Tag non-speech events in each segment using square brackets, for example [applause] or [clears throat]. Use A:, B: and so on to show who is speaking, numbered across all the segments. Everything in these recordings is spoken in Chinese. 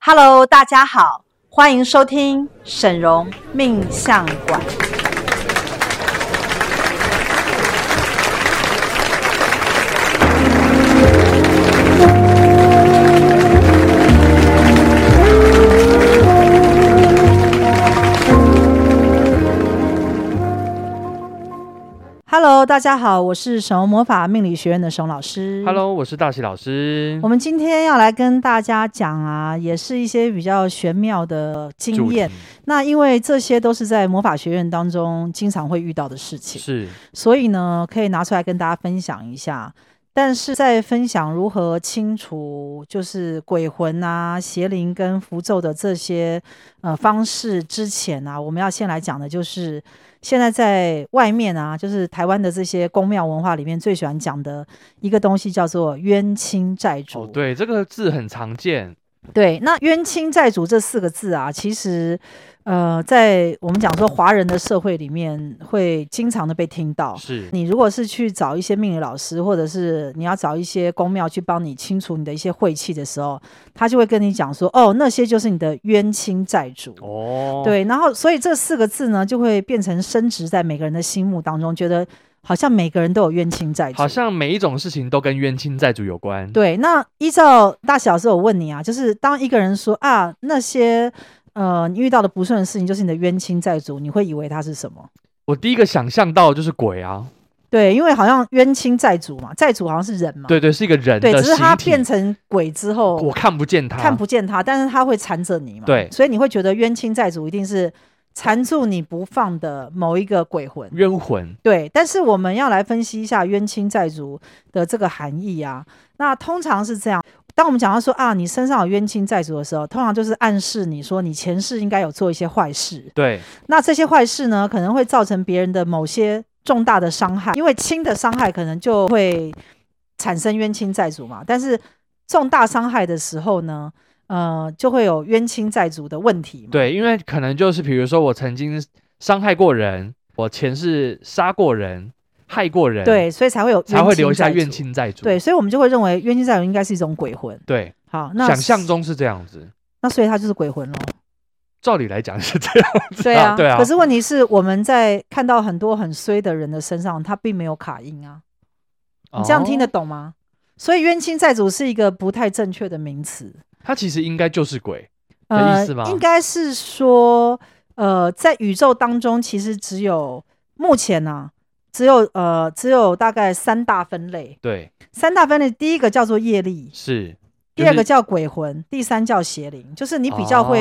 A: Hello，大家好，欢迎收听沈荣命相馆。Hello，大家好，我是沈荣魔法命理学院的沈荣老师。
B: Hello，我是大喜老师
A: 我。们今天要来跟大家讲啊，也是一些比较玄妙的经验
B: 主。
A: 那因为这些都是在魔法学院当中经常会遇到的事
B: 题
A: 情，
B: 是
A: 所以呢，可以拿出来跟大家分享一下。但是在分享如何清除就是鬼魂啊、邪灵跟符咒的这些呃方式之前啊，我们要先来讲的就是现在在外面啊，就是台湾的这些宫庙文化里面最喜欢讲的一个东西，叫做冤亲债主。
B: 哦，对，这个字很常见，
A: 对，那冤亲债主这四个字啊，其实，呃，在我们讲说华人的社会里面，会经常的被听到。
B: 是
A: 你如果是去找一些命理老师，或者是你要找一些宫庙去帮你清除你的一些晦气的时候，他就会跟你讲说，哦，那些就是你的冤亲债主。
B: 哦，，
A: 对，然后所以这四个字呢，就会变成升值在每个人的心目当中，觉得好像每个人都有冤亲债主。
B: 好像每一种事情都跟冤亲债主有关。，
A: 对，那依照大小时，我问你啊，就是当一个人说啊，那些呃你遇到的不顺的事情就是你的冤亲债主，你会以为他是什么？
B: 我第一个想象到的就是鬼啊，
A: 对，因为好像冤亲债主嘛，债主好像是人嘛，
B: 对对，是一个人
A: 啊对，
B: 的
A: 只是他
B: 形体，
A: 变成鬼之后
B: 我看不见他，
A: 看不见他，但是他会缠着你嘛，
B: 对
A: 所以你会觉得冤亲债主一定是缠住你不放的某一个鬼魂。
B: 冤魂，
A: 对，但是我们要来分析一下冤亲债主的这个含义啊。那通常是这样，当我们讲到说啊，你身上有冤亲债主的时候，通常就是暗示你说你前世应该有做一些坏事。
B: 对，
A: 那这些坏事呢，可能会造成别人的某些重大的伤害，因为轻的伤害可能就会产生冤亲债主嘛。但是重大伤害的时候呢，呃，就会有冤亲债主的问题嘛。
B: 对，因为可能就是比如说我曾经伤害过人，我前世杀过人，害过人，，
A: 对，所以才会有
B: 才会
A: 亲
B: 留下
A: 债
B: 冤
A: 主。
B: 亲债主。
A: 对，所以我们就会认为冤亲债主应该是一种鬼魂。
B: 对，
A: 好，那
B: 想象中是这样子，
A: 那所以他就是鬼魂喽。
B: 照理来讲是这样子，
A: [laughs] 对啊，
B: 对啊
A: 可，是问题是，我们在看到很多很衰的人的身上，他并没有卡音啊。你这样听得
B: 哦，
A: 懂吗？所以冤亲债主是一个不太正确的名词。
B: 他其实应该就是鬼。的
A: 呃
B: 意思吗，
A: 应该是说，呃，在宇宙当中，其实只有目前呢、只有呃，只有大概三大分类。
B: 对，
A: 三大分类，第一个叫做业力，
B: 是。
A: 第二个叫鬼魂，第三叫邪灵，就是你比较会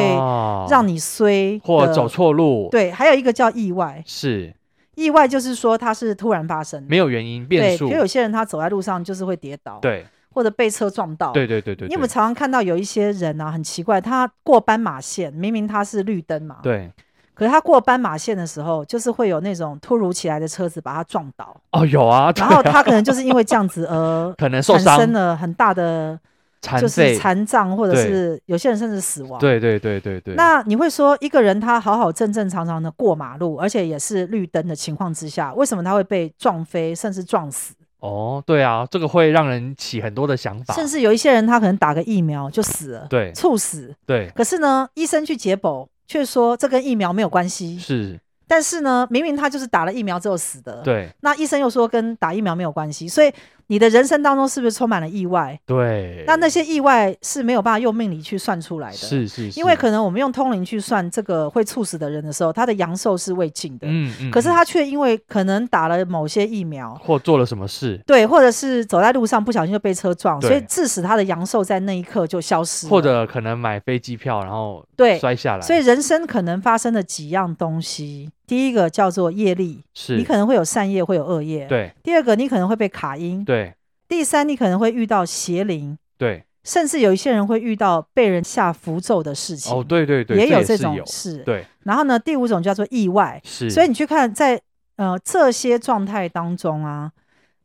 A: 让
B: 你
A: 你衰
B: 哦或
A: 的
B: 走错路，，
A: 对，还有一个叫意外，
B: 是
A: 意外就是说它是突然发生的，
B: 没有原因变
A: 对，比
B: 数
A: 如，有些人他走在路上就是会跌倒，，
B: 对
A: 或者被车撞到，
B: 对对对对，
A: 你有没有
B: 对
A: 常常看到有一些人啊，很奇怪，他过斑马线，明明他是绿灯嘛，，
B: 对
A: 可是他过斑马线的时候，就是会有那种突如其来的车子把他撞
B: [laughs]
A: 倒，
B: 哦有啊，
A: 然
B: 对
A: 后
B: 啊
A: 他可能就是因为这样子而
B: 可 [laughs] 能受
A: 产
B: 伤、
A: 生了很大的就
B: 残
A: 是
B: 废，
A: 残障，或者
B: 对
A: 是有些人甚至死亡，
B: 对对对对对，
A: 那你会说，一个人他好好正正常常的过马路，而且也是绿灯的情况之下，为什么他会被撞飞，甚至撞死？
B: 哦对啊，这个会让人起很多的想法，
A: 甚至有一些人他可能打个疫苗就死了，
B: 对
A: 猝死。
B: 对
A: 可是呢，医生去解剖却说这跟疫苗没有关系。
B: 是，
A: 但是呢，明明他就是打了疫苗之后死的。。
B: 对
A: 那医生又说跟打疫苗没有关系，所以你的人生当中是不是充满了意外？
B: 对，
A: 那那些意外是没有办法用命理去算出来的，
B: 是是，
A: 因为
B: 是
A: 可能我们用通灵去算这个会猝死的人的时候，他的阳寿是未尽的。
B: 嗯嗯，
A: 可是
B: 嗯
A: 他却因为可能打了某些疫苗，
B: 或做了什么事，
A: 对，或者是走在路上不小心就被车撞，
B: 对
A: 所以致使他的阳寿在那一刻就消失了，
B: 或者可能买飞机票然后
A: 啊对
B: 摔下来，
A: 所以人生可能发生的几样东西，第一个叫做业力，
B: 是
A: 你可能会有善业，会有恶业；
B: 对
A: 第二个，你可能会被卡音；
B: 对
A: 第三，你可能会遇到邪灵，
B: 对
A: 甚至有一些人会遇到被人下符咒的事情，
B: 哦对对对，
A: 也有
B: 也
A: 这
B: 是
A: 种
B: 有
A: 事。
B: 对
A: 然后呢，第五种叫做意外，
B: 是，
A: 所以你去看在，呃这些状态当中啊，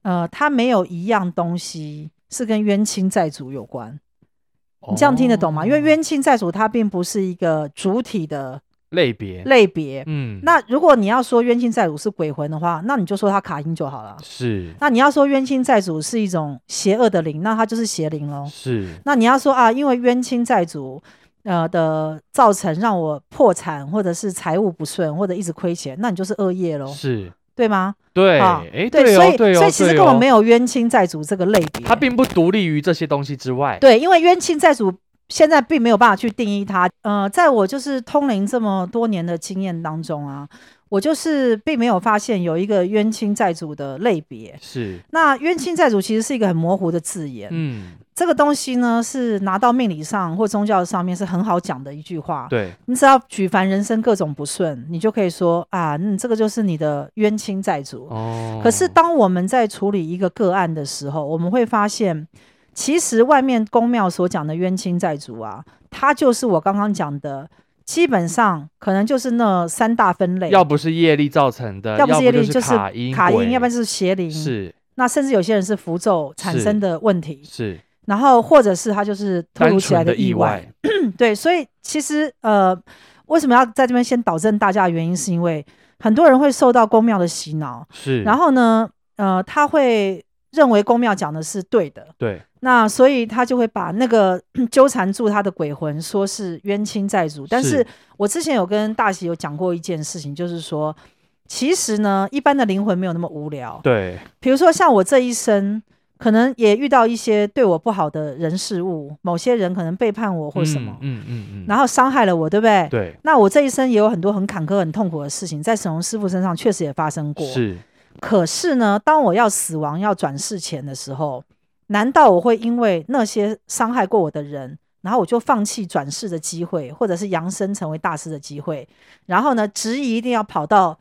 A: 呃，它没有一样东西是跟冤亲债主有关。你这样听得懂吗？因为
B: 哦
A: 冤亲债主它并不是一个主体的
B: 类别
A: 类别。
B: 嗯，
A: 那如果你要说冤亲债主是鬼魂的话，那你就说它卡因就好了。
B: 是
A: 那你要说冤亲债主是一种邪恶的灵，那它就是邪灵喽。
B: 是
A: 那你要说啊，因为冤亲债主，呃的造成让我破产，或者是财务不顺，或者一直亏钱，那你就是恶业喽，
B: 是，
A: 对吗？
B: 对，
A: 啊
B: 哎，
A: 所
B: 哦
A: 以，
B: 对哦，
A: 所以其实
B: 对
A: 根本
B: 哦
A: 没有冤亲债主这个类别，
B: 它并不独立于这些东西之外。
A: 对，因为冤亲债主现在并没有办法去定义它。呃，在我就是通灵这么多年的经验当中啊，我就是并没有发现有一个冤亲债主的类别。
B: 是，
A: 那冤亲债主其实是一个很模糊的字眼，
B: 嗯，
A: 这个东西呢是拿到命理上或宗教上面是很好讲的一句话。
B: 对，
A: 你只要举凡人生各种不顺，你就可以说啊，嗯，这个就是你的冤亲债主。
B: 哦。
A: 啊可是当我们在处理一个个案的时候，我们会发现，其实外面公庙所讲的冤亲债主啊，它就是我刚刚讲的，基本上可能就是那三大分类，
B: 要不是业力造成的，
A: 要不是业力
B: 就是卡音
A: 卡
B: 鬼
A: 要不然就是邪灵，
B: 是
A: 那甚至有些人是符咒产
B: 是
A: 生的问题，
B: 是
A: 然后或者是他就是突
B: 单
A: 如其来
B: 纯的
A: 意外，嗯
B: 外，
A: 对，所以其实呃，为什么要在这边先导正大家的原因，是因为很多人会受到公庙的洗脑。
B: 是，
A: 然后呢，呃，他会认为公庙讲的是对的，
B: 对，
A: 那所以他就会把那个 [clears throat] 纠缠住他的鬼魂说是冤亲债主。但
B: 是
A: 是我之前有跟大喜有讲过一件事情，就是说，其实呢，一般的灵魂没有那么无聊。
B: 对，
A: 比如说像我这一生。可能也遇到一些对我不好的人事物，某些人可能背叛我或什么，
B: 嗯嗯嗯，
A: 然
B: 后
A: 后伤害了我，对不对？
B: 对，
A: 那我这一生也有很多很坎坷、很痛苦的事情，在沈龙师傅身上确实也发生过。
B: 是
A: 可是呢，当我要死亡、要转世前的时候，难道我会因为那些伤害过我的人，然后我就放弃转世的机会，或者是扬升成为大师的机会？然后呢，执意一定要跑到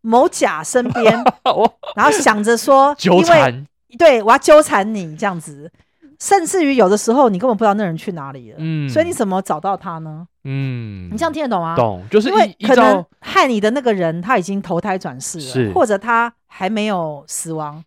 A: 某甲身边，
B: [laughs] 我
A: 然后想着说，因
B: [laughs] 纠
A: 为
B: 缠，
A: 对我要纠缠你这样子，甚至于有的时候你根本不知道那人去哪里了，
B: 嗯，
A: 所以你怎么找到他呢？
B: 嗯，
A: 你这样听得懂吗？
B: 懂，就是
A: 因为
B: 依依
A: 可能
B: 照
A: 害你的那个人他已经投胎转世
B: 是
A: 了，或者他还没有死亡，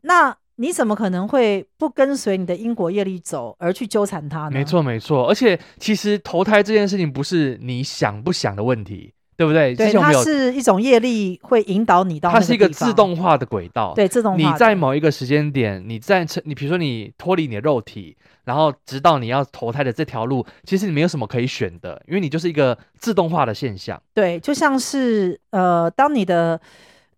A: 那你怎么可能会不跟随你的因果业力走而去纠缠他呢？
B: 没，错没错，而且其实投胎这件事情不是你想不想的问题，对不对？之
A: 对，
B: 前我
A: 它
B: 们有，
A: 是一种业力会引导你到那
B: 它是一个
A: 地方
B: 自动化的轨道，
A: 对自动化
B: 你
A: 的
B: 在某一个时间点，你在成你比如说你脱离你的肉体，然后直到你要投胎的这条路，其实你没有什么可以选的，因为你就是一个自动化的现象。
A: 对，就像是呃，当你的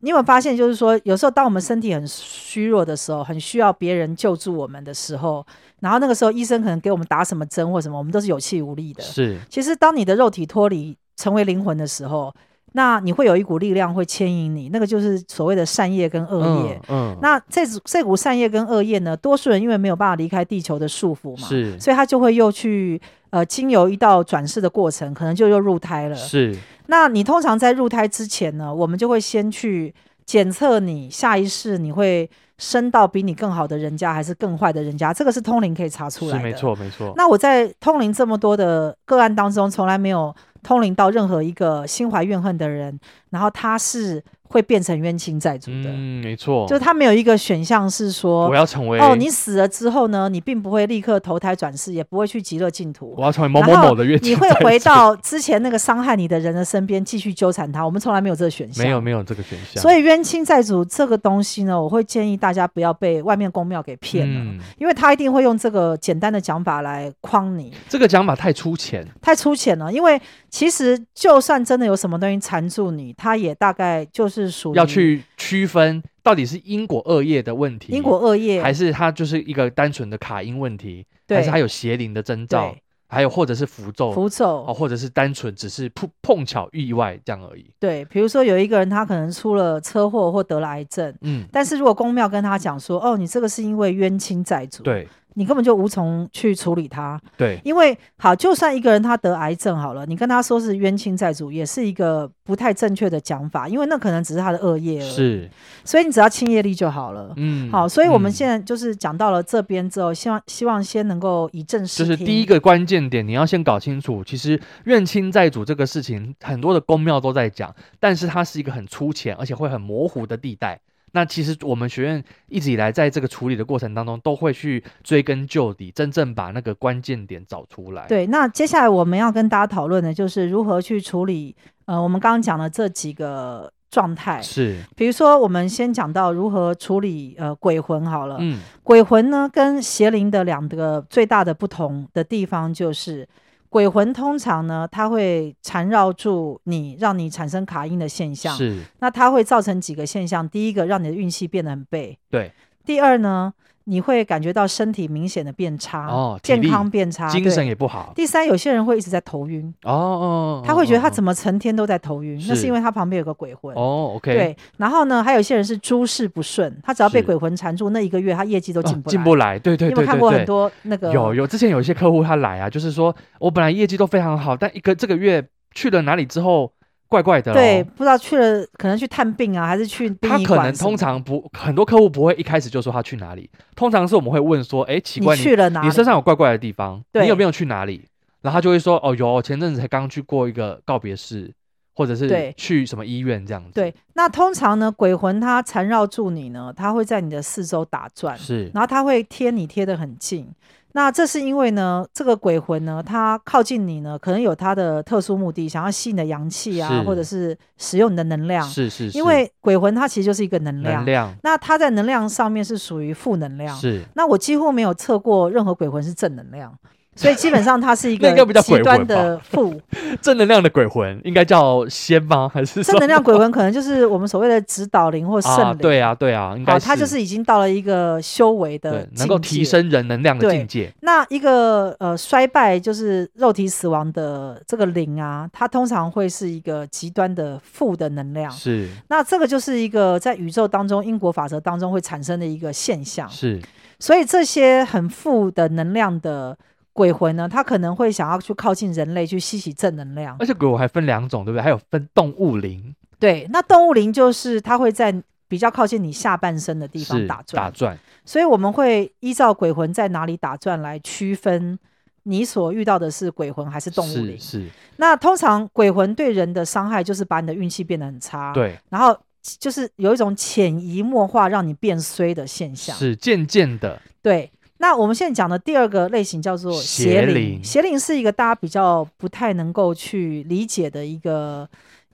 A: 你有没有发现，就是说有时候当我们身体很虚弱的时候，很需要别人救助我们的时候，然后那个时候医生可能给我们打什么针或什么，我们都是有气无力的。
B: 是
A: 其实，当你的肉体脱离成为灵魂的时候，那你会有一股力量会牵引你，那个就是所谓的善业跟恶业。
B: 嗯嗯，
A: 那这组这股善业跟恶业呢，多数人因为没有办法离开地球的束缚嘛，
B: 嗯是
A: 所以他就会又去呃经由一道转世的过程，可能就又入胎了。
B: 是
A: 那你通常在入胎之前呢，我们就会先去检测你下一世你会升到比你更好的人家，还是更坏的人家，这个是通灵可以查出来
B: 是
A: 的。
B: 没错没错，
A: 那我在通灵这么多的个案当中，从来没有通灵到任何一个心怀怨恨的人，然后他是会变成冤亲债主的，
B: 嗯没错，
A: 就是他没有一个选项是
B: 我
A: 说。
B: 要成为
A: 哦，你死了之后呢，你并不会立刻投胎转世，也不会去极乐净土，
B: 我要成为某某
A: 然后
B: 某的乐器，
A: 你会回到之前那个伤害你的人的身边继续纠缠他。我们从来没有这个选项，
B: 没有没有这个选项，
A: 所
B: 以
A: 以冤亲债主这个东西呢，我会建议大家不要被外面公庙给骗了，
B: 嗯，
A: 因为他一定会用这个简单的讲法来框你。
B: 这个讲法太粗浅，
A: 太粗浅了，因为其实就算真的有什么东西缠住你，它也大概就是属于
B: 要去区分到底是因果恶业的问题，
A: 因果恶业，
B: 还是它就是一个单纯的卡因问题，还
A: 对
B: 是它有邪灵的征兆
A: 对，
B: 还有或者是符咒
A: 符咒。
B: 哦，或者是单纯只是碰碰巧意外这样而已。
A: 对，比如说有一个人他可能出了车祸或得了癌症，
B: 嗯，
A: 但是如果公庙跟他讲说，哦，你这个是因为冤亲债主，，
B: 对
A: 你根本就无从去处理他，
B: 对，
A: 因为好，就算一个人他得癌症好了，你跟他说是冤亲债主，也是一个不太正确的讲法，因为那可能只是他的恶业而已，
B: 是
A: 所以你只要清业力就好了。
B: 嗯，
A: 好，所以我们现
B: 在。
A: 在就是讲到了这边之后，希望希望先能够以正视
B: 就是
A: 听
B: 第一，个关键点，你要先搞清楚，其实认亲债主这个事情，很多的公庙都在讲，但是它是一个很粗浅，而且会很模糊的地带。那其实我们学院一直以来在这个处理的过程当中，都会去追根究底，真正把那个关键点找出来。，
A: 对。那接下来我们要跟大家讨论的就是如何去处理，呃，我们刚刚讲的这几个状态，
B: 是，
A: 比如说我们先讲到如何处理呃鬼魂好了，
B: 嗯，
A: 鬼魂呢跟邪灵的两个最大的不同的地方就是。鬼魂通常呢，它会缠绕住你，让你产生卡因的现象。
B: 是
A: 那它会造成几个现象：第一个，让你的运气变得很背；
B: 对，
A: 第二呢，你会感觉到身体明显的变差，
B: 哦体
A: 啊健
B: 力
A: 康变差，
B: 精神
A: 对。
B: 也不好。
A: 第三，有些人会一直在头晕，
B: 哦哦，
A: 他会觉得他怎
B: 么
A: 么成天都在头晕，那
B: 是
A: 是因为他旁边有个鬼魂。
B: 哦，OK，
A: 对，然后呢，还有一些人是诸事不顺，他只要被
B: 是
A: 鬼魂缠住，那一个月他业绩都
B: 哦，
A: 进不来。
B: 进不来，对对
A: 你有
B: 对
A: 没
B: 对
A: 有看过很多那个？
B: 有有，之前有一些客户他来啊，就是说我本来业绩都非常好，但一个这个月去了哪里之后，怪怪的、哦。
A: 对，，不知道去了可能去探病啊，还是去殡
B: 他
A: 仪
B: 可
A: 馆
B: 能
A: 什么
B: 通常不很多客户不会一开始就说他去哪里，通常是我们会问说，哎，奇
A: 你
B: 怪你
A: 去了哪里？
B: 你身上有怪怪的地方，
A: 对
B: 你有没有去哪里？然后他就会说，哦，有，前阵子才刚去过一个告别式，或者是
A: 对
B: 去什么医院这样子。
A: 对，，那通常呢，鬼魂它缠绕住你呢，它会在你的四周打转，
B: 是
A: 然后它会贴你贴得很近。那这是因为呢，这个鬼魂呢，它靠近你呢，可能有它的特殊目的，想要吸你的阳气啊
B: 是，
A: 或者是使用你的能量。
B: 是是是，
A: 因为鬼魂它其实就是一个能量，
B: 能量
A: 那它在能量上面是属于负能量。
B: 是
A: 那我几乎没有测过任何鬼魂是正能量，
B: [laughs]
A: 所以基本上它是一
B: 那应该不叫
A: 个
B: 鬼
A: 极端
B: 魂
A: 的负。
B: 正能量的鬼魂，应该叫仙吗？还 [laughs] 是
A: 正能量鬼魂可能就是我们所谓的指导灵或
B: 什么
A: 圣
B: 啊？
A: 灵。
B: 对啊对啊，应
A: 好，
B: 该
A: 它就是已经到了一个修为的
B: 对，能够
A: 境界
B: 提。升人能量的
A: 对
B: 境界。
A: 那一个呃衰败就是肉体死亡的这个灵啊，它通常会是一个极端的负的能量。
B: 是
A: 那这个就是一个在宇宙当中因果法则当中会产生的一个现象。
B: 是
A: 所以这些很负的能量的鬼魂呢，它可能会想要去靠近人类去吸取正能量
B: 而。且鬼我还分两种，对不对？还有分动物灵
A: 对，那动物灵就是它会在比较靠近你下半身的地
B: 是
A: 方打转，所以我们会依照鬼魂在哪里打转来区分。你所遇到的是鬼魂还是动物灵
B: 是？是，
A: 那通常鬼魂对人的伤害就是把你的运气变得很差，，
B: 对，
A: 然后就是有一种潜移默化让你变衰的现象。
B: 是渐渐的
A: 对，那我们现在讲的第二个类型叫做
B: 邪
A: 邪
B: 灵
A: 灵，邪灵是一个大家比较不太能够去理解的一个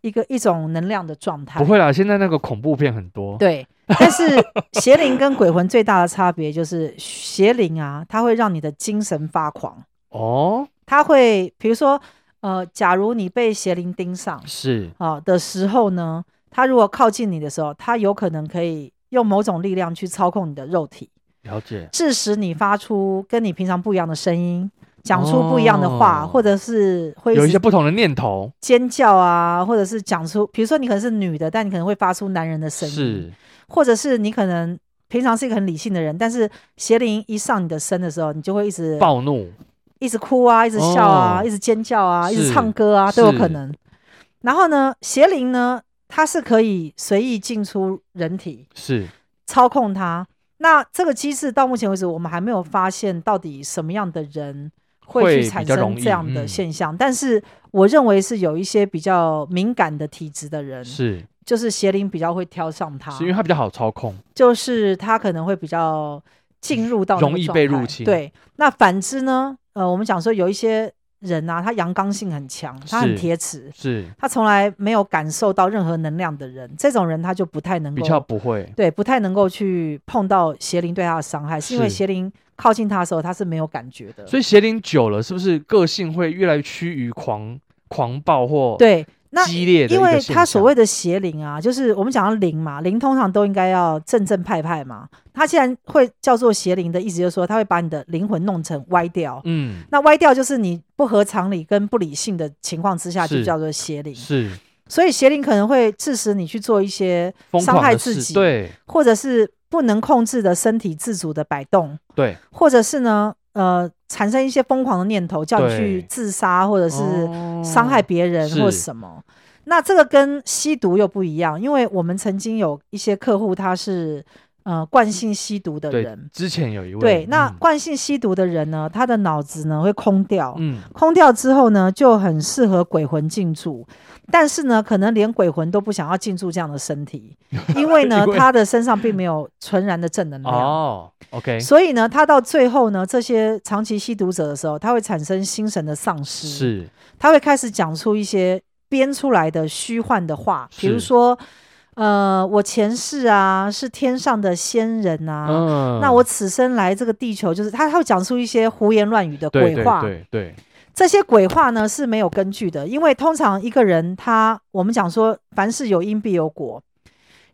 A: 一个一种能量的状态。
B: 不会啦。现在那个恐怖片很多，
A: 对，但是邪灵跟鬼魂最大的差别就是邪灵啊，它会让你的精神发狂，
B: 哦，
A: 它会比如说呃，假如你被邪灵盯上
B: 是
A: 啊、的时候呢，它如果靠近你的时候，它有可能可以用某种力量去操控你的肉体。
B: 了解，
A: 致使你发出跟你平常不一样的声音，讲出不一样的话，
B: 哦
A: 或者是会
B: 有一
A: 直
B: 些不同的念头，
A: 尖叫啊，或者是讲出，比如说你可能是女的，但你可能会发出男人的声音，
B: 是
A: 或者是你可能平常是一个很理性的人，但是邪灵一上你的身的时候，你就会一直
B: 暴怒，
A: 一直哭啊，一直笑啊，
B: 哦
A: 一直尖叫啊，一直
B: 是
A: 唱歌啊，都有可
B: 是
A: 能。然后呢，邪灵呢，它是可以随意进出人体，
B: 是
A: 操控它。那这个机制到目前为止，我们还没有发现到底什么样的人
B: 会
A: 会
B: 比
A: 去产
B: 较容
A: 生
B: 易
A: 这样的
B: 嗯
A: 现象。但是我认为是有一些比较敏感的体质的人，
B: 是，
A: 就是邪灵比较会挑上他
B: 是，因为它比较好操控，
A: 就是他可能会比较进入到那个
B: 容易被
A: 状态
B: 入侵
A: 对，那反之呢？呃，我们讲说有一些人啊，他阳刚性很强，他
B: 是
A: 很铁齿。
B: 是
A: 他从来没有感受到任何能量的人，这种人他就不太能
B: 比
A: 够
B: 较不会，
A: 对，不太能够去碰到邪灵对他的伤害，是因为
B: 是
A: 邪灵靠近他的时候，他是没有感觉的。
B: 所以邪灵久了，是不是个性会越来越趋于狂狂暴或
A: 对，那
B: 激烈的一
A: 因
B: 个
A: 为
B: 现
A: 他所
B: 象
A: 谓的邪灵啊，就是我们讲到灵嘛，灵通常都应该要正正派派嘛。他既然会叫做邪灵的意思，就是说他会把你的灵魂弄成歪掉。
B: 嗯
A: 那歪掉就是你不合常理跟不理性的情况之下，就是叫做邪灵。
B: 是
A: 所以邪灵可能会致使你去做一些
B: 疯
A: 伤
B: 狂
A: 害
B: 的
A: 自
B: 事
A: 己
B: 对
A: 或者是不能控制的身体自主的摆动，
B: 对，
A: 或者是呢，呃，产生一些疯狂的念头，叫你
B: 对
A: 去自杀，或者是伤害
B: 哦
A: 别人
B: 是
A: 或什么。那这个跟吸毒又不一样，因为我们曾经有一些客户他是呃惯性吸毒的
B: 对
A: 人，，
B: 之前有一位
A: 对，那
B: 嗯
A: 惯性吸毒的人呢，他的脑子呢会空掉。
B: 嗯
A: 空掉之后呢，就很适合鬼魂进驻，但是呢，可能连鬼魂都不想要进驻这样的身
B: [laughs]
A: 体，因为呢
B: 因，为
A: 他的身上并没有纯然的正能量。
B: 哦，OK，
A: 所以呢，他到最后呢，这些长期吸毒者的时候，他会产生心神的丧失，
B: 是
A: 他会开始讲出一些编出来的虚幻的话，比如
B: 是
A: 说，呃，我前世啊是天上的仙人啊，
B: 嗯
A: 那我此生来这个地球就是他，他会讲出一些胡言乱语的
B: 对
A: 鬼话。
B: 对对对
A: 这些鬼话呢是没有根据的，因为通常一个人他，我们讲说凡事有因必有果。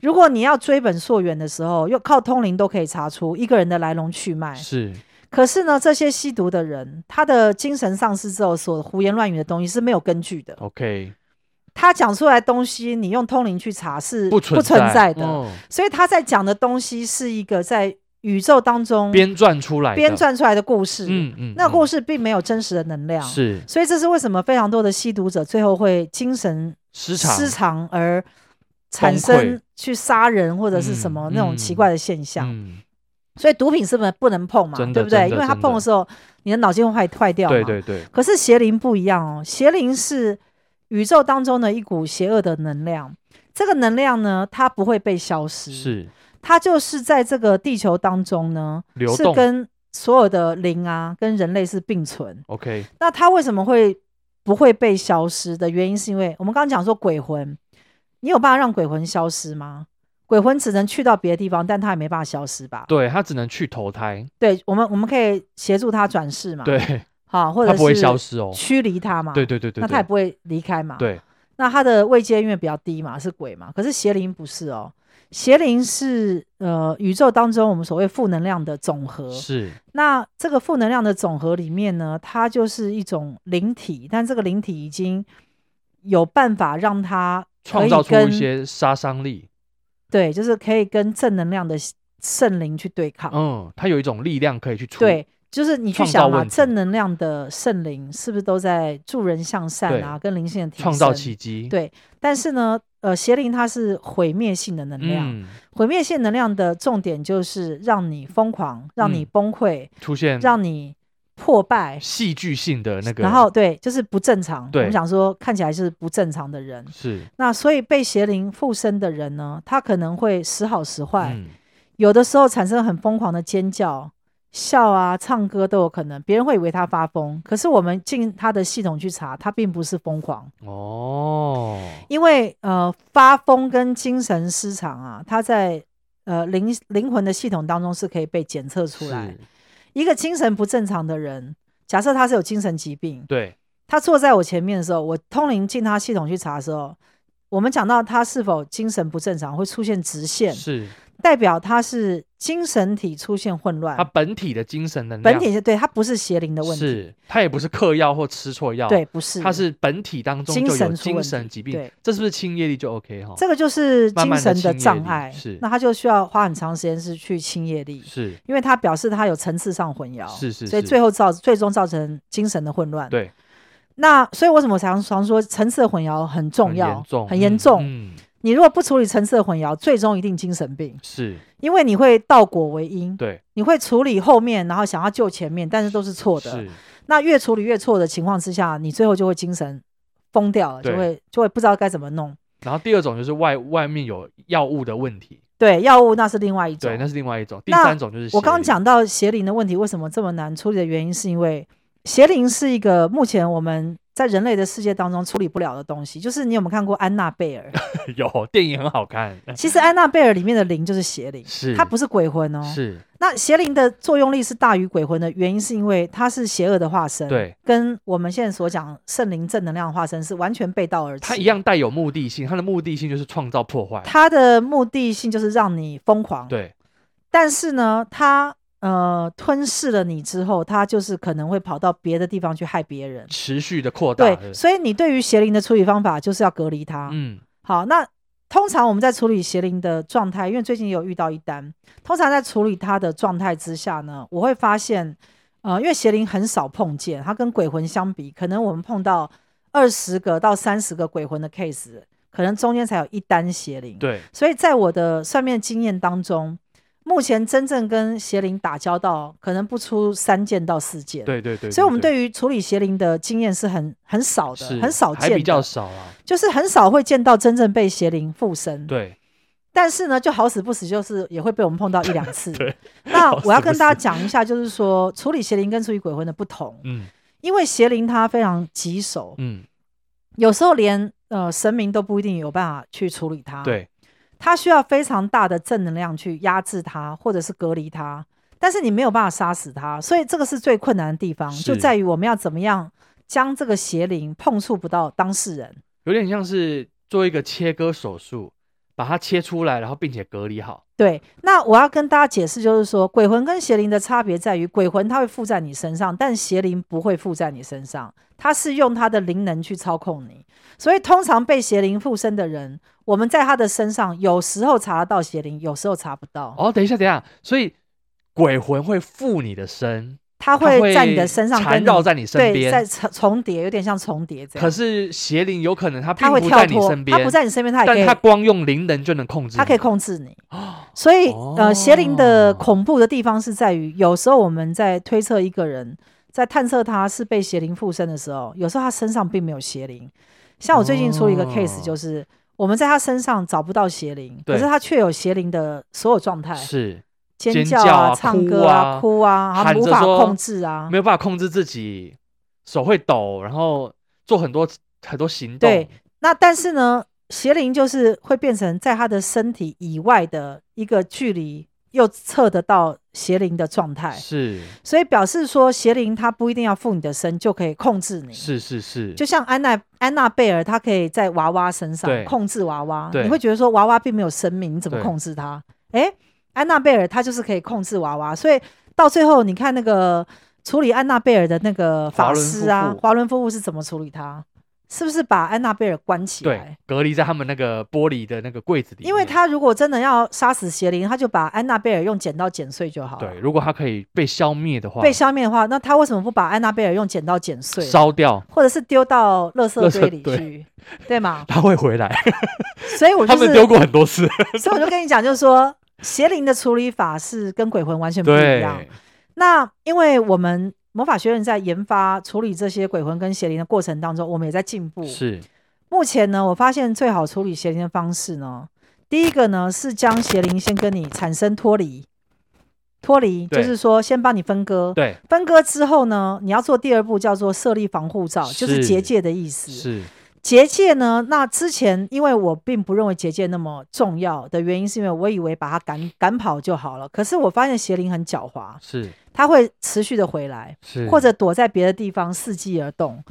A: 如果你要追本溯源的时候，又靠通灵都可以查出一个人的来龙去脉。
B: 是
A: 可是呢，这些吸毒的人，他的精神丧失之后所胡言乱语的东西是没有根据的。
B: OK，
A: 他讲出来的东西，你用通灵去查是
B: 不
A: 不
B: 存
A: 存在的。
B: 嗯
A: 所以他在讲的东西是一个在宇宙当中
B: 编撰出来的，
A: 嗯编撰出来的故事。
B: 嗯，嗯嗯，
A: 那故
B: 事
A: 事并没有真实的能量。
B: 是
A: 所以这是为什么非常多的吸毒者最后会精神
B: 失常，
A: 失常而产
B: 崩
A: 生
B: 溃
A: 去杀人或者是什么
B: 嗯
A: 那种奇怪的现象。
B: 嗯，
A: 所以毒品是不能不能碰嘛，
B: 真的
A: 对不对？
B: 真的
A: 因为它碰的时候，你的脑筋会坏坏掉嘛。
B: 对对对，
A: 可是邪灵不一样哦，邪灵是宇宙当中的一股邪恶的能量，这个能量呢，它不会被消失，
B: 是
A: 它就是在这个地球当中呢，
B: 流
A: 是
B: 动
A: 跟所有的灵啊，跟人类是并存。
B: OK，
A: 那它为什么会不会被消失的原因，是因为我们刚刚讲说鬼魂，你有办法让鬼魂消失吗？鬼魂只能去到别的地方，但它也没办法消失吧？
B: 对他只能去投胎，
A: 对，我们我们可以协助它转世嘛？，
B: 对
A: 好，啊或者
B: [laughs] 他
A: 是
B: 不会消失哦，
A: 驱离它嘛？
B: 对对对对，
A: 那它也
B: 对
A: 不会离开嘛？。
B: 对
A: 那它的位阶因为比较低嘛，是鬼嘛？可是邪灵不是哦，邪灵是呃宇宙当中我们所谓负能量的总和。
B: 是
A: 那这个负能量的总和里面呢，它就是一种灵体，但这个灵体已经有办法让它可
B: 创
A: 以
B: 造出
A: 跟
B: 一些杀伤力，
A: 对，就是可以跟正能量的圣灵去对抗。
B: 嗯，他有一种力量可以去处
A: 对，就是你去
B: 创
A: 想
B: 造
A: 嘛，
B: 问题
A: 正能量的圣灵是不是都在助人向善啊，跟灵性的提
B: 创造
A: 升
B: 奇迹，
A: 对但是呢，呃，邪灵它是毁灭性的能量，
B: 嗯，
A: 毁灭性能量的重点就是让你疯狂，让你
B: 嗯
A: 崩溃，
B: 出现
A: 让你破败，
B: 戏剧性的那个，
A: 然后对，就是不正常。我
B: 对
A: 们想说看起来是不正常的人，
B: 是
A: 那所以被邪灵附身的人呢，他可能会时好时坏，
B: 嗯
A: 有的时候产生很疯狂的尖叫、笑啊、唱歌都有可能，别人会以为他发疯，可是我们进他的系统去查，他并不是疯狂，
B: 哦，
A: 因为呃，发疯跟精神失常啊，他在。呃，灵灵魂的系统当中是可以被检测出来
B: 是。，
A: 一个精神不正常的人，假设他是有精神疾病，
B: 对，
A: 他坐在我前面的时候，我通灵进他系统去查的时候，我们讲到他是否精神不正常，会出现直线，
B: 是
A: 代表他是精神体出现混乱
B: 他。本体的精神能量，
A: 本体是对他不是邪灵的问题，
B: 是他也不是嗑药或吃错药，
A: 对，，不是，
B: 他是本体当中
A: 精
B: 就有
A: 神出
B: 精
A: 问题
B: 神疾病
A: 对，
B: 这是不是轻业力就 OK 哈？
A: 这个就是
B: 慢
A: 精
B: 慢地
A: 神的障
B: 清业
A: 碍
B: 力，是
A: 那他就需要花很长时间是去清业力，
B: 是
A: 因为他表示他有层次上混淆，
B: 是是
A: 所以
B: 是
A: 最后造最终造成精神的混乱。
B: 对，
A: 那所以为什么我常常说层次的混淆很重
B: 很
A: 要，
B: 严重，
A: 很严重
B: 嗯，嗯
A: 你如果不处理层次的混淆，最终一定精神病。
B: 是
A: 因为你会倒果为因，
B: 对，
A: 你会处理后面，然后想要救前面，但是都是错的。
B: 是
A: 那越处理越错的情况之下，你最后就会精神疯掉了，
B: 对
A: 就会就会不知道该怎么弄。
B: 然后第二种就是外外面有药物的问题，
A: 对，药物那是另外一种
B: 对，。那是另外一种。第
A: 那
B: 三种就是
A: 我刚刚
B: 邪
A: 讲到邪灵的问题，为什么这么难处理的原因，是因为邪灵是一个目前我们在人类的世界当中处理不了的东西。就是你有没有看过《安娜贝
B: [laughs]
A: 尔》？
B: 灵有电影很
A: [laughs]
B: 好看，
A: 其实《安娜贝尔》里面的灵就是邪灵，
B: 是
A: 它不是鬼魂哦。
B: 是
A: 那邪灵的作用力是大于鬼魂的原因，是因为它是邪恶的化身，
B: 对，
A: 跟我们现在所讲圣灵正能量的化身是完全背道而驰。
B: 它一，样带有目的性，它的目的性就是创造破坏，
A: 它的目的性就是让你疯狂，。
B: 对，
A: 但是呢，它呃吞噬了你之后，它就是可能会跑到别的地方去害别人，
B: 持续的扩大，
A: 对。
B: 对
A: 所以你对于邪灵的处理方法就是要隔离它。
B: 嗯，
A: 好，那通常我们在处理邪灵的状态，因为最近有遇到一单，通常在处理它的状态之下呢，我会发现，呃，因为邪灵很少碰见，它跟鬼魂相比，可能我们碰到二十个到三十个鬼魂的 case，可能中间才有一单邪灵。，
B: 对，
A: 所以在我的算命经验当中，目前真正跟邪灵打交道，可能不出三件到四件。。
B: 对对对，
A: 所以，我们
B: 对
A: 对于处理邪灵的经验是很很少的
B: 是，
A: 很少见
B: 还
A: 的，
B: 比较少啊，
A: 就是很少会见到真正被邪灵附身。，
B: 对，
A: 但是呢，就好死不死，就是也会被我们碰到一两次。
B: [laughs] 对，
A: 那
B: 好死
A: 我要
B: 不
A: 跟
B: 死
A: 大家讲一下，就是说处理邪灵跟处理鬼魂的不同，
B: 嗯
A: 因为邪灵它非常棘手，
B: 嗯，
A: 有时候连呃神明都不一定有办法去处理它。，
B: 对，
A: 它需要非常大的正能量去压制它，或者是隔离它。但是你没有办法杀死它，所以这个是最困难的地方，
B: 是
A: 就在于我们要怎么样将这个邪灵碰触不到当事人。
B: 有点像是做一个切割手术，把它切出来，然后并且隔离好。
A: 对，那我要跟大家解释，就是说鬼魂跟邪灵的差别在于，鬼魂它会附在你身上，但邪灵不会附在你身上，它是用它的灵能去操控你。所以通常被邪灵附身的人，我们在他的身上有时候查得到邪灵，有时候查不到。
B: 哦，等一下，等一下，所以鬼魂会附你的身，
A: 他
B: 它
A: 会在你的身上跟
B: 缠
A: 你
B: 绕在你身
A: 对，在
B: 边。
A: 重重叠，有点像重叠这样。
B: 可是邪灵有可能它并
A: 他会
B: 不
A: 跳
B: 在你
A: 脱
B: 身，
A: 他
B: 边，
A: 不在你身边，他也可
B: 但
A: 以
B: 它光用灵能就能控制你。
A: 它可以控制你。所以，呃，邪灵的
B: 哦
A: 恐怖的地方是在于，有时候我们在推测一个人，在探测他是被邪灵附身的时候，有时候他身上并没有邪灵。像我最近出了一个
B: 哦
A: case，就是、我们在他身上找不到邪灵，
B: 对
A: 可是他却有邪灵的所有状态，
B: 是
A: 尖
B: 尖
A: 叫
B: 叫啊
A: 唱
B: 哭
A: 歌啊、
B: 啊
A: 哭啊，他
B: 喊
A: 无
B: 着
A: 法
B: 说
A: 控制啊。
B: 没有办法控制自己，手会抖，然后做很多很多行动。
A: 对，那但是呢，邪灵就是会变成在他的身体以外的一个距离，又测得到邪灵的状态，
B: 是
A: 所以表示说邪灵它不一定要附你的身就可以控制你。
B: 是是是，
A: 就像安娜安娜贝尔，她可以在娃娃身上
B: 对
A: 控制娃娃，
B: 对
A: 你会觉得说娃娃并没有生命，你怎么
B: 对
A: 控制它？诶，安娜贝尔她就是可以控制娃娃，所以到最后你看那个处理安娜贝尔的那个
B: 华
A: 法
B: 伦
A: 师啊
B: 夫，妇
A: 华伦夫妇是怎么处理他？是不是把安娜贝尔关起来
B: 对？隔离在他们那个玻璃的那个柜子里面。
A: 因为他如果真的要杀死邪灵，他就把安娜贝尔用剪刀剪碎就好了。
B: 对，如果它可以被消灭的话，
A: 被消灭的话，那他为什么不把安娜贝尔用剪刀剪碎，
B: 烧掉，
A: 或者是丢到垃圾
B: 垃
A: 堆
B: 圾
A: 里
B: 堆
A: 去，对吗？
B: 它会回
A: [laughs]
B: 来。
A: 所
B: [laughs]
A: 以我
B: 他
A: 就
B: 们丢
A: 是，
B: 过很
A: [laughs]
B: 多次，
A: 所以我就跟你讲，就是说邪灵的处理法是跟鬼魂完全不一
B: 对，
A: 样。那因为我们魔法学院在研发处理这些鬼魂跟邪灵的过程当中，我们也在进步。
B: 是
A: 目前呢，我发现最好处理邪灵的方式呢，第一个呢是将邪灵先跟你产生脱离，脱离
B: 对
A: 就是说先帮你分割，
B: 对，
A: 分割之后呢，你要做第二步叫做设立防护罩，就是
B: 是
A: 结界的意思。
B: 是
A: 结界呢，那之前因为我并不认为结界那么重要的原因，是因为我以为把它赶赶跑就好了。可是我发现邪灵很狡猾，
B: 是
A: 它会持续的回来。
B: 是，
A: 或者躲在别的地方伺机而动。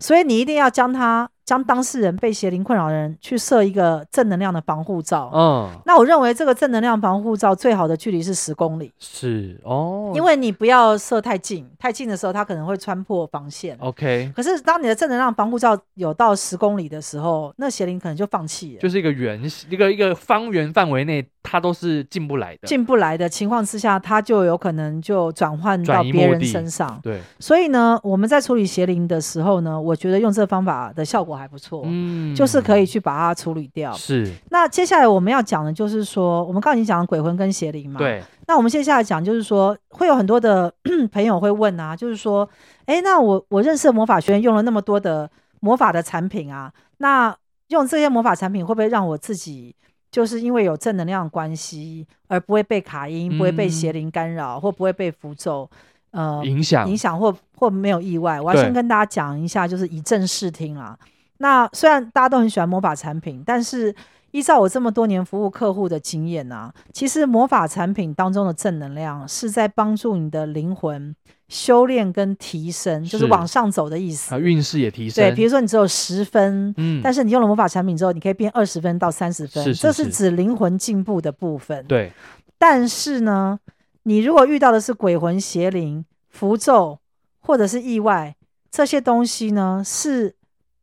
A: 所以你一定要将他将当事人被邪灵困扰的人去设一个正能量的防护罩。
B: 嗯
A: 那我认为这个正能量防护罩最好的距离是十公里，
B: 是哦，
A: 因为你不要设太近，太近的时候它可能会穿破防线。
B: OK
A: 可是当你的正能量防护罩有到十公里的时候，那邪灵可能就放弃了。
B: 就是一个圆形一个一个方圆范围内，它都是进不来的，
A: 进不来的情况之下，它就有可能就转换到
B: 转移
A: 别
B: 目
A: 人
B: 的
A: 身上。
B: 对，
A: 所以呢，我们在处理邪灵的时候呢，我觉得用这方法的效果还不错。
B: 嗯，
A: 就是可以去把它处理掉。
B: 是，
A: 那接下来我们要讲的就是说，我们刚刚已经讲了鬼魂跟邪灵嘛。。
B: 对，
A: 那我们接下来讲就是说，会有很多的 [clears throat] 朋友会问啊，就是说，诶，那我我认识的魔法学院用了那么多的魔法的产品啊，那用这些魔法产品会不会让我自己就是因为有正能量的关系而不会被卡音，不会被邪
B: 嗯
A: 灵干扰，或不会被符咒？呃，
B: 影响
A: 影响或或没有意外。我要
B: 啊对
A: 先跟大家讲一下，就是以正视听啊。那虽然大家都很喜欢魔法产品，但是依照我这么多年服务客户的经验啊，其实魔法产品当中的正能量是在帮助你的灵魂修炼跟提升，就是
B: 是
A: 往上走的意思
B: 啊，。运势也提升，
A: 对，比如说你只有十分，
B: 嗯，
A: 但是你用了魔法产品之后，你可以变二十分到三十分，
B: 是是
A: 这是
B: 是
A: 指灵魂进步的部分。
B: 对
A: 但是呢，你如果遇到的是鬼魂、邪灵、符咒或者是意外这些东西呢，是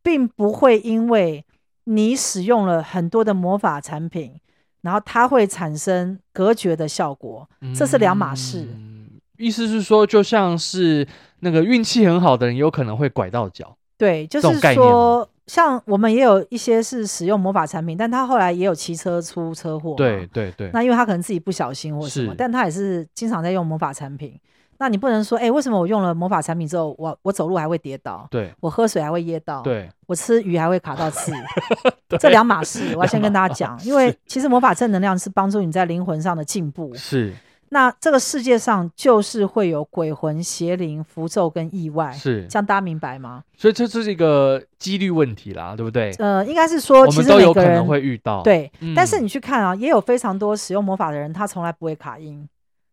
A: 并不会因为你使用了很多的魔法产品，然后它会产生隔绝的效果。这是两码事
B: 嗯意思是说，就像是那个运气很好的人，有可能会拐到脚，
A: 对，就
B: 这
A: 是
B: 种概念
A: 说，像我们也有一些是使用魔法产品，但他后来也有骑车出车祸嘛。
B: 对对对，
A: 那因为他可能自己不小心或什么，
B: 是
A: 但他也是经常在用魔法产品。那你不能说，哎、为什么我用了魔法产品之后，我我走路还会跌倒，
B: 对
A: 我喝水还会噎到，
B: 对，
A: 我吃鱼还会卡到刺，
B: [laughs] 对
A: 这两码事，我要先跟大家
B: [laughs]
A: 讲，因为
B: 是
A: 其实魔法正能量是帮助你在灵魂上的进步。
B: 是
A: 那这个世界上就是会有鬼魂、邪灵、符咒跟意外，
B: 是，
A: 这样大家明白吗？
B: 所以这这是一个几率问题啦，对不对？
A: 呃，应该是说，
B: 我
A: 其
B: 们
A: 实
B: 都
A: 每
B: 有
A: 个
B: 可能
A: 人
B: 会遇到，
A: 对，但是
B: 嗯
A: 你去看啊，也有非常多使用魔法的人，他从来不会卡音，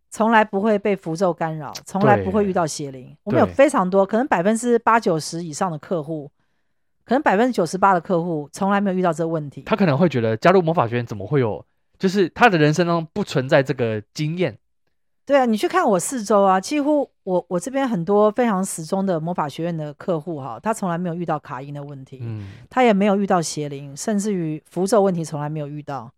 A: 从来不会被符咒干扰，从来不会遇到邪灵。我们有
B: 对
A: 非常多，可能百分之八九十以上的客户，可能百分之九十八的客户从来没有遇到这个问题。
B: 他可能会觉得加入魔法学院怎么会有，就是他的人生当中不存在这个经验，
A: 对啊，你去看我四周啊，几乎我我这边很多非常死忠的魔法学院的客户哈，他从来没有遇到卡因的问题，
B: 嗯，
A: 他也没有遇到邪灵，甚至于符咒问题从来没有遇到。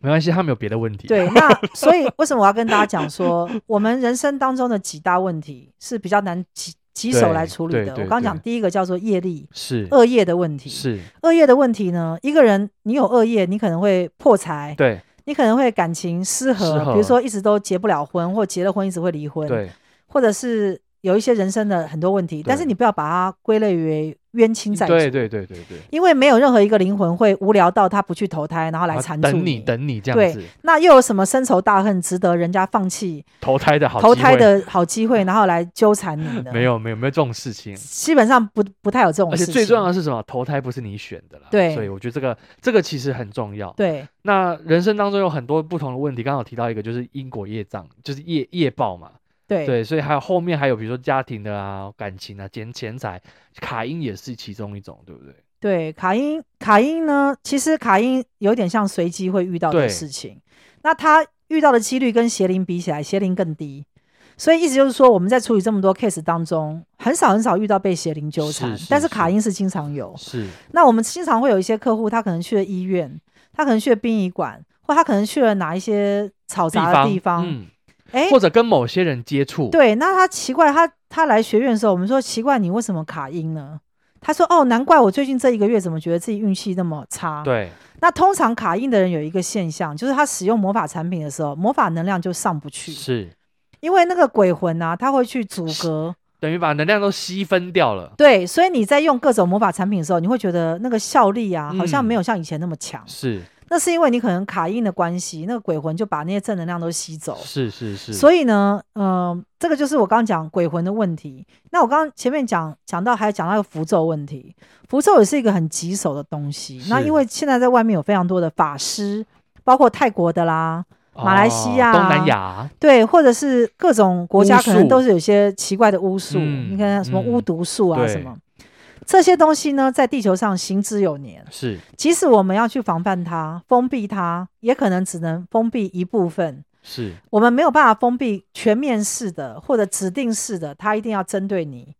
B: 没关系，他没有别的问题，， [laughs]
A: 对，那所以为什么我要跟大家讲说，我们人生当中的几大问题是比较难棘棘手来
B: 对
A: 处理
B: 对
A: 的。我
B: 对
A: 刚刚讲
B: 对
A: 第一个叫做业力，
B: 是
A: 恶业的问题。
B: 是，
A: 恶业的问题呢，一个人你有恶业，你可能会破财，
B: 对
A: 你可能会感情失和，
B: 失和
A: 比如说一直都结不了婚，或结了婚一直会离婚，
B: 对，
A: 或者是有一些人生的很多问题。但是你不要把它归类为冤亲债主，
B: 嗯对对对对对，
A: 因为没有任何一个灵魂会无聊到他不去投胎，然后来
B: 啊
A: 缠住
B: 等
A: 你。
B: 等你这
A: 对
B: 样子
A: 那又有什么深仇大恨值得人家放弃
B: 投胎的好
A: 投
B: 机
A: 胎
B: 会
A: 的好机会，然后来纠缠你呢？
B: 没，有没有没有这种事情，
A: 基本上不不太有这种
B: 而
A: 事情。
B: 且最重要的是什么？投胎不是你选的啦，
A: 对
B: 所以我觉得这个这个其实很重要。
A: 对
B: 那人生当中有很多不同的问题，刚好提到一个就是因果业障，就是业业报嘛，
A: 对
B: 对，所以还有后面还有比如说家庭的啊、感情啊、钱钱财，卡因也是其中一种，对不对？
A: 对，卡因卡因呢，其实卡因有点像随机会遇到的
B: 对
A: 事情，那他遇到的几率跟邪灵比起来，邪灵更低。所以意思就是说，我们在处理这么多 case 当中，很少很少遇到被邪灵纠
B: 是
A: 缠，
B: 是
A: 但是卡
B: 是
A: 因是经常有。
B: 是
A: 那我们经常会有一些客户，他可能去了医院，他可能去了殡仪馆，或他可能去了哪一些嘈杂的地方，
B: 嗯，
A: 哎、
B: 或者跟某些人接触，
A: 对，那他奇怪，他他来学院的时候，我们说奇怪，你为什么卡音呢？他说哦，难怪我最近这一个月怎么觉得自己运气那么差。，
B: 对
A: 那通常卡音的人有一个现象，就是他使用魔法产品的时候，魔法能量就上不去，
B: 是
A: 因为那个鬼魂啊，他会去阻隔。
B: 等于把能量都吸分掉了，
A: 对，所以你在用各种魔法产品的时候，你会觉得那个效力啊，
B: 嗯
A: 好像没有像以前那么强。
B: 是
A: 那是因为你可能卡音的关系，那个鬼魂就把那些正能量都吸走。
B: 是是是，以
A: 所以呢，呃，这个就是我刚刚讲鬼魂的问题。那我刚刚前面讲讲到，还有讲到一个符咒问题，符咒也是一个很棘手的东西。那
B: 是
A: 因为现在在外面有非常多的法师，包括泰国的啦，马来西亚
B: 哦东南亚
A: 对，或者是各种国家
B: 巫术
A: 可能都是有一些奇怪的巫术，
B: 嗯
A: 你看什么巫毒术啊
B: 嗯对
A: 什么。这些东西呢，在地球上行之有年，
B: 是
A: 即使我们要去防范它、封闭它，也可能只能封闭一部分。
B: 是
A: 我们没有办法封闭全面式的或者指定式的，他一定要针对你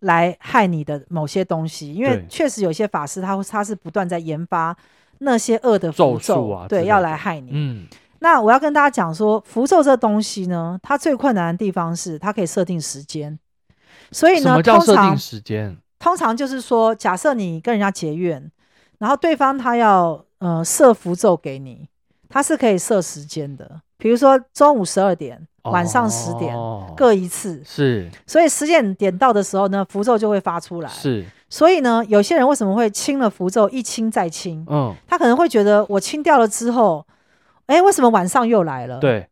A: 来害你的某些东西，因为
B: 对
A: 确实有些法师他会他是不断在研发那些恶的符
B: 咒
A: 咒
B: 术啊之
A: 对，
B: 类
A: 要
B: 的
A: 来害你。
B: 嗯
A: 那我要跟大家讲说，符咒这东西呢，它最困难的地方是它可以设定时间，所以
B: 什
A: 呢，
B: 么叫
A: 通
B: 设定
A: 常
B: 时间？
A: 通常就是说，假设你跟人家结怨，然后对方他要呃设符咒给你，他是可以设时间的，比如说中午十二点、晚上十点、
B: 哦
A: 各一次。
B: 是
A: 所以时间点到的时候呢，符咒就会发出来。
B: 是
A: 所以呢，有些人为什么会清了符咒一清再清？
B: 嗯
A: 他可能会觉得我清掉了之后，哎，为什么晚上又来了？。
B: 对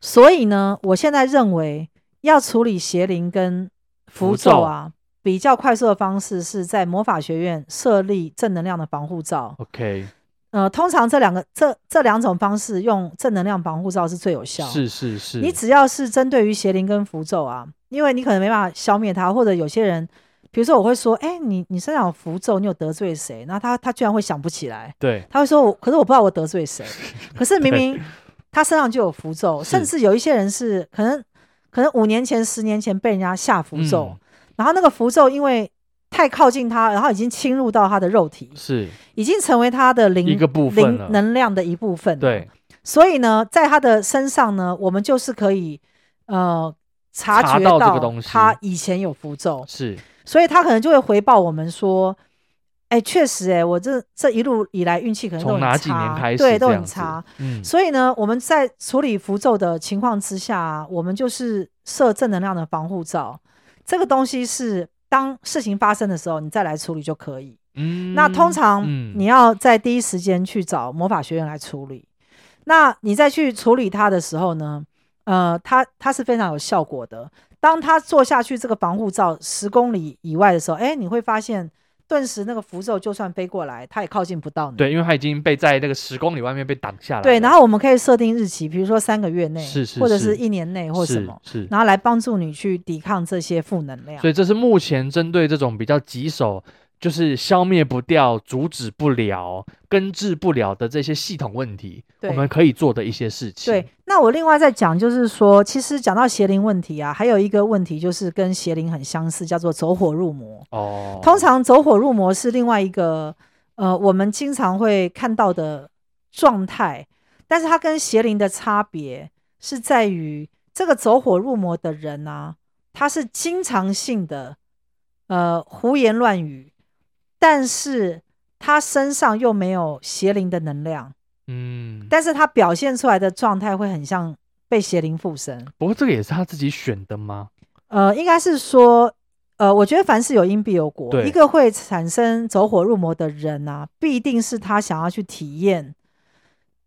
A: 所以呢，我现在认为要处理邪灵跟符咒啊，比较快速的方式是在魔法学院设立正能量的防护罩。
B: OK
A: 呃，通常这两个这这两种方式用正能量防护罩是最有效。
B: 是是是，
A: 你只要是针对于邪灵跟符咒啊，因为你可能没办法消灭它，或者有些人，比如说我会说，哎、你你身上有符咒，你有得罪谁？那他他居然会想不起来，
B: 对
A: 他会说我，可是我不知道我得罪
B: [laughs]
A: 谁，可是明明他身上就有符咒，
B: 是
A: 甚至有一些人是可能可能五年前、十年前被人家下符
B: 嗯
A: 咒，然后那个符咒因为太靠近他，然后已经侵入到他的肉体
B: 嗯，是
A: 已经成为他的灵
B: 一个部分了
A: 灵能量的一部分。
B: 对，
A: 所以呢，在他的身上呢，我们就是可以呃察
B: 查
A: 觉
B: 到这个东西
A: 他以前有符咒，
B: 是
A: 所以他可能就会回报我们说，哎、确实、哎，我这这一路以来运气可能都
B: 从
A: 很差，
B: 哪几年开始
A: 对，都
B: 这
A: 很
B: 样子
A: 差。
B: 嗯
A: 所以呢，我们在处理符咒的情况之下啊、我们就是设正能量的防护罩。这个东西是当事情发生的时候，你再来处理就可以。
B: 嗯
A: 那通常
B: 嗯
A: 你要在第一时间去找魔法学院来处理。那你再去处理它的时候呢，呃，它它是非常有效果的。当它做下去这个防护罩十公里以外的时候，哎，你会发现顿时那个符咒就算飞过来，它也靠近不到你。
B: 对，因为它已经被在那个十公里外面被挡下来了。
A: 对，然后我们可以设定日期，比如说三个月内，
B: 是是
A: 或者
B: 是
A: 是一年内或什
B: 是
A: 么，
B: 是，
A: 然后来帮助你去抵抗这些负能量
B: 所。以这是目前针对这种比较棘手，就是消灭不掉、阻止不了、根治不了的这些系统问题，
A: 对
B: 我们可以做的一些事情。
A: 对，，那我另外再讲，就是说，其实讲到邪灵问题啊，还有一个问题就是跟邪灵很相似，叫做走火入魔。
B: 哦，
A: 通常走火入魔是另外一个呃，我们经常会看到的状态，但是它跟邪灵的差别是在于，这个走火入魔的人啊，他是经常性的呃胡言乱语，但是他身上又没有邪灵的能量，
B: 嗯，
A: 但是他表现出来的状态会很像被邪灵附身。
B: 不过这个也是他自己选的吗？
A: 呃，应该是说，呃，我觉得凡事有因必有果。
B: 对
A: 一个会产生走火入魔的人啊，必定是他想要去体验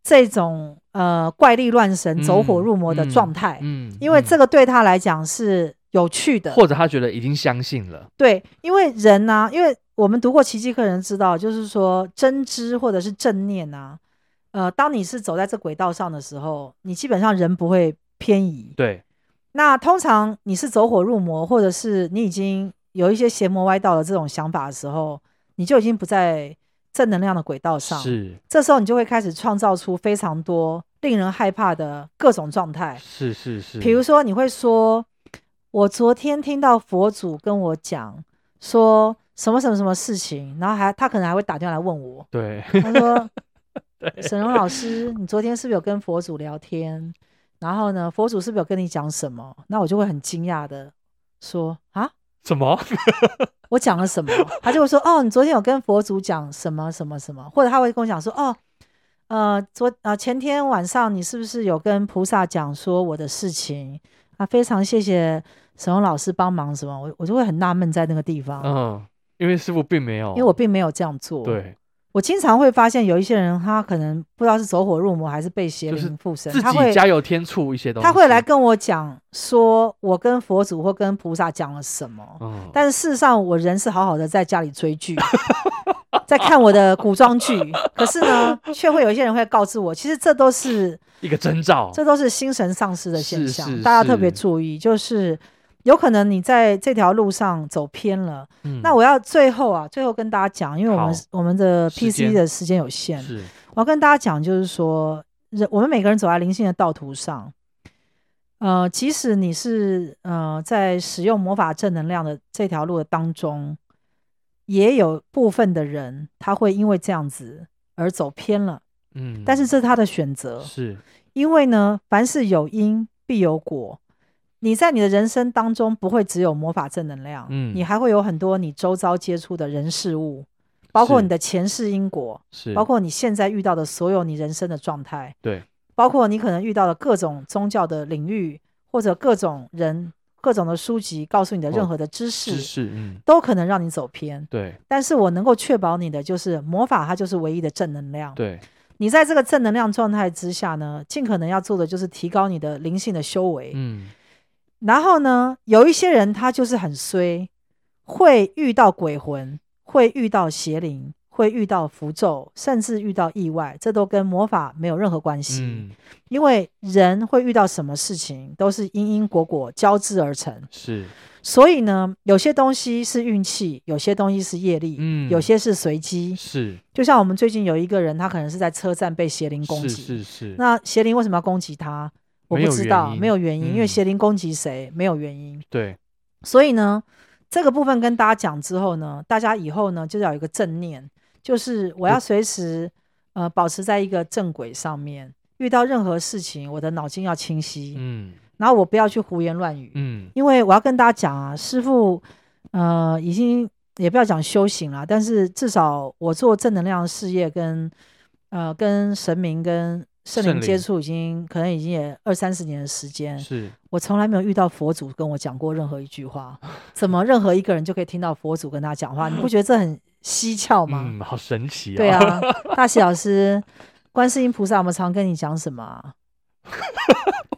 A: 这种呃怪力乱神、走火
B: 嗯
A: 入魔的
B: 嗯
A: 状态，
B: 嗯，
A: 因为
B: 嗯
A: 这个对他来讲是有趣的。
B: 或者他觉得已经相信了，
A: 对，因为人呢、因为我们读过《奇迹课》的人知道，就是说真知或者是正念啊，呃，当你是走在这轨道上的时候，你基本上人不会偏移。
B: 对，
A: 那通常你是走火入魔，或者是你已经有一些邪魔歪道的这种想法的时候，你就已经不在正能量的轨道上。，
B: 是
A: 这时候你就会开始创造出非常多令人害怕的各种状态。
B: 是是是，
A: 比如说，你会说：“我昨天听到佛祖跟我讲说什么什么什么事情，然后还他可能还会打电话来问我，
B: 对， [laughs]
A: 他说：“沈荣老师，你昨天是不是有跟佛祖聊天？然后呢，佛祖是不是有跟你讲什么？”那我就会很惊讶的说：“啊，
B: 什么？
A: 我讲了什
B: [laughs]
A: 么？”他就会说：“哦，你昨天有跟佛祖讲什么什么什么？”或者他会跟我讲说：“哦。”呃，昨呃前天晚上你是不是有跟菩萨讲说我的事情啊？非常谢谢沈荣老师帮忙什么，我我就会很纳闷在那个地方，
B: 嗯，因为师傅并没有，
A: 哦因为我并没有这样做。
B: 对
A: 我经常会发现有一些人，他可能不知道是走火入魔还是被邪
B: 就是
A: 灵附身，
B: 自
A: 他
B: 己
A: 会
B: 加油添醋一些东西，
A: 他会来，跟我讲说，我跟佛祖或跟菩萨讲了什么，
B: 嗯，
A: 但是事实上我人是好好的在家里追剧， [laughs] 在看我的古装剧，可是呢，却会有一些人会告知我，其实这都是
B: 一个征兆，
A: 这都是精神丧失的现
B: 是
A: 象，
B: 哦是
A: 大家特别
B: 是
A: 注意，就是有可能你在这条路上走偏了。
B: 嗯
A: 那我要最后啊，最后跟大家讲，因为我们
B: 好
A: 我们的
B: 时间
A: PC 的时间有限，
B: 是
A: 我要跟大家讲，就是说，人我们每个人走在灵性的道途上，呃，即使你是呃在使用魔法正能量的这条路的当中，也有部分的人他会因为这样子而走偏了，
B: 嗯，
A: 但是这是他的选择，
B: 是
A: 因为呢，凡事有因必有果。你在你的人生当中不会只有魔法正能量，
B: 嗯
A: 你还会有很多你周遭接触的人事物，包括
B: 是
A: 你的前世因果，
B: 是，
A: 包括你现在遇到的所有你人生的状态，
B: 对，
A: 包括你可能遇到的各种宗教的领域，或者各种人、各种的书籍告诉你的任
B: 哦
A: 何的知识，
B: 知识，嗯，
A: 都可能让你走偏。
B: 对
A: 但是我能够确保你的就是魔法，它就是唯一的正能量。
B: 对，
A: 你在这个正能量状态之下呢，尽可能要做的就是提高你的灵性的修为。
B: 嗯，
A: 然后呢，有一些人他就是很衰，会遇到鬼魂，会遇到邪灵，会遇到符咒，甚至遇到意外，这都跟魔法没有任何关系。
B: 嗯，
A: 因为人会遇到什么事情，都是因因果果交织而成。
B: 是，
A: 所以呢，有些东西是运气，有些东西是业力，
B: 嗯，
A: 有些是随机。
B: 是
A: 就像我们最近有一个人，他可能是在车站被邪灵攻
B: 是
A: 击，
B: 是是，
A: 那邪灵为什么要攻击他？我
B: 没
A: 不
B: 有
A: 知
B: 原
A: 道，
B: 因
A: 没有原因，因为
B: 嗯
A: 邪灵攻击谁没有原因。
B: 对，
A: 所以呢，这个部分跟大家讲之后呢，大家以后呢就要有一个正念，就是我要随时呃保持在一个正轨上面。遇到任何事情，我的脑筋要清晰，
B: 嗯
A: 然后我不要去胡言乱语，
B: 嗯，
A: 因为我要跟大家讲啊，师傅呃已经也不要讲修行啦，但是至少我做正能量的事业跟呃跟神明跟圣
B: 圣
A: 灵接
B: 灵
A: 触已经可能已经也二三十年的时间，
B: 嗯是
A: 我从来没有遇到佛祖跟我讲过任何一句话，怎么任何一个人就可以听到佛祖跟他讲话？你不觉得这很蹊跷吗？
B: 嗯，好神奇啊，
A: 对，啊，大喜老师，观世音菩萨，我们常跟你讲什么啊、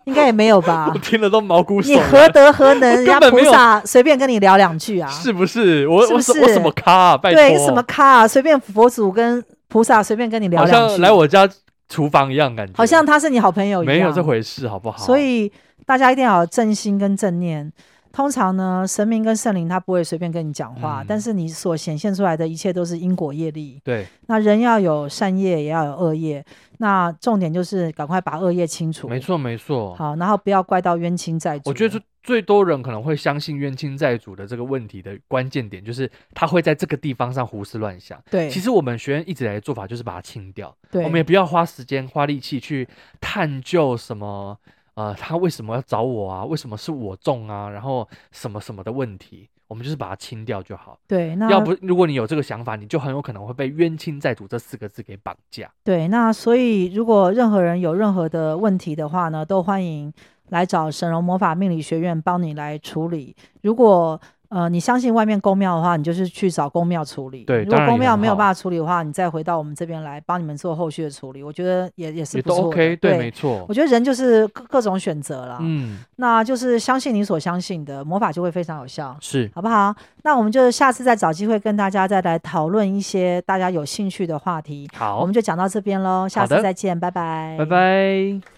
A: 应该也没有吧
B: [laughs] [laughs] 我？听了都毛骨悚
A: 你
B: 然。
A: 何德何能，
B: [laughs]
A: 人
B: 根
A: 家
B: 本
A: 菩
B: 没有
A: 萨随便跟你聊两句啊？
B: 是不是？我
A: 是
B: 我
A: 不
B: 什
A: 是
B: 我什么咖、啊？拜托，
A: 对，什么咖啊？随便佛祖跟菩萨随便跟你聊
B: 好
A: 两
B: 像
A: 句，
B: 来我家厨房一样感觉，
A: 好像他是你好朋友一样。
B: 没有这回事，好不好？
A: 所以大家一定要有正心跟正念。通常呢，神明跟圣灵他不会随便跟你讲话，
B: 嗯
A: 但是你所显现出来的一切都是因果业力。
B: 对，
A: 那人要有善业，也要有恶业。那重点就是赶快把恶业清除。
B: 没。错没错。
A: 好，然后不要怪到冤亲债主。
B: 我觉得最最多人可能会相信冤亲债主的这个问题的关键点，就是他会在这个地方上胡思乱想。
A: 对，
B: 其实我们学院一直以来的做法就是把它清掉，
A: 对
B: 我们也不要花时间花力气去探究什么呃，他为什么要找我啊？为什么是我中啊？然后什么什么的问题，我们就是把它清掉就好。
A: 对，那
B: 要不，如果你有这个想法，你就很有可能会被“冤亲债主”这四个字给绑架。
A: 对，那所以如果任何人有任何的问题的话呢，都欢迎来找神龙魔法命理学院帮你来处理。如果呃你相信外面公庙的话，你就是去找公庙处理。
B: 对
A: 如果
B: 当然
A: 公
B: 也
A: 庙
B: 很
A: 没有
B: 好
A: 办法处理的话，你再回到我们这边来帮你们做后续的处理，我觉得也也是
B: 也
A: 不
B: 都
A: 错的。
B: OK，
A: 对，
B: 没错
A: 我。觉得人就是各各种选择啦，
B: 嗯，
A: 那就是相信你所相信的魔法就会非常有效。
B: 是，
A: 好不好？那我们就下次再找机会跟大家再来讨论一些大家有兴趣的话题。
B: 好
A: 我们，就讲到这边喽，下次
B: 的
A: 再见，拜拜，
B: 拜。拜。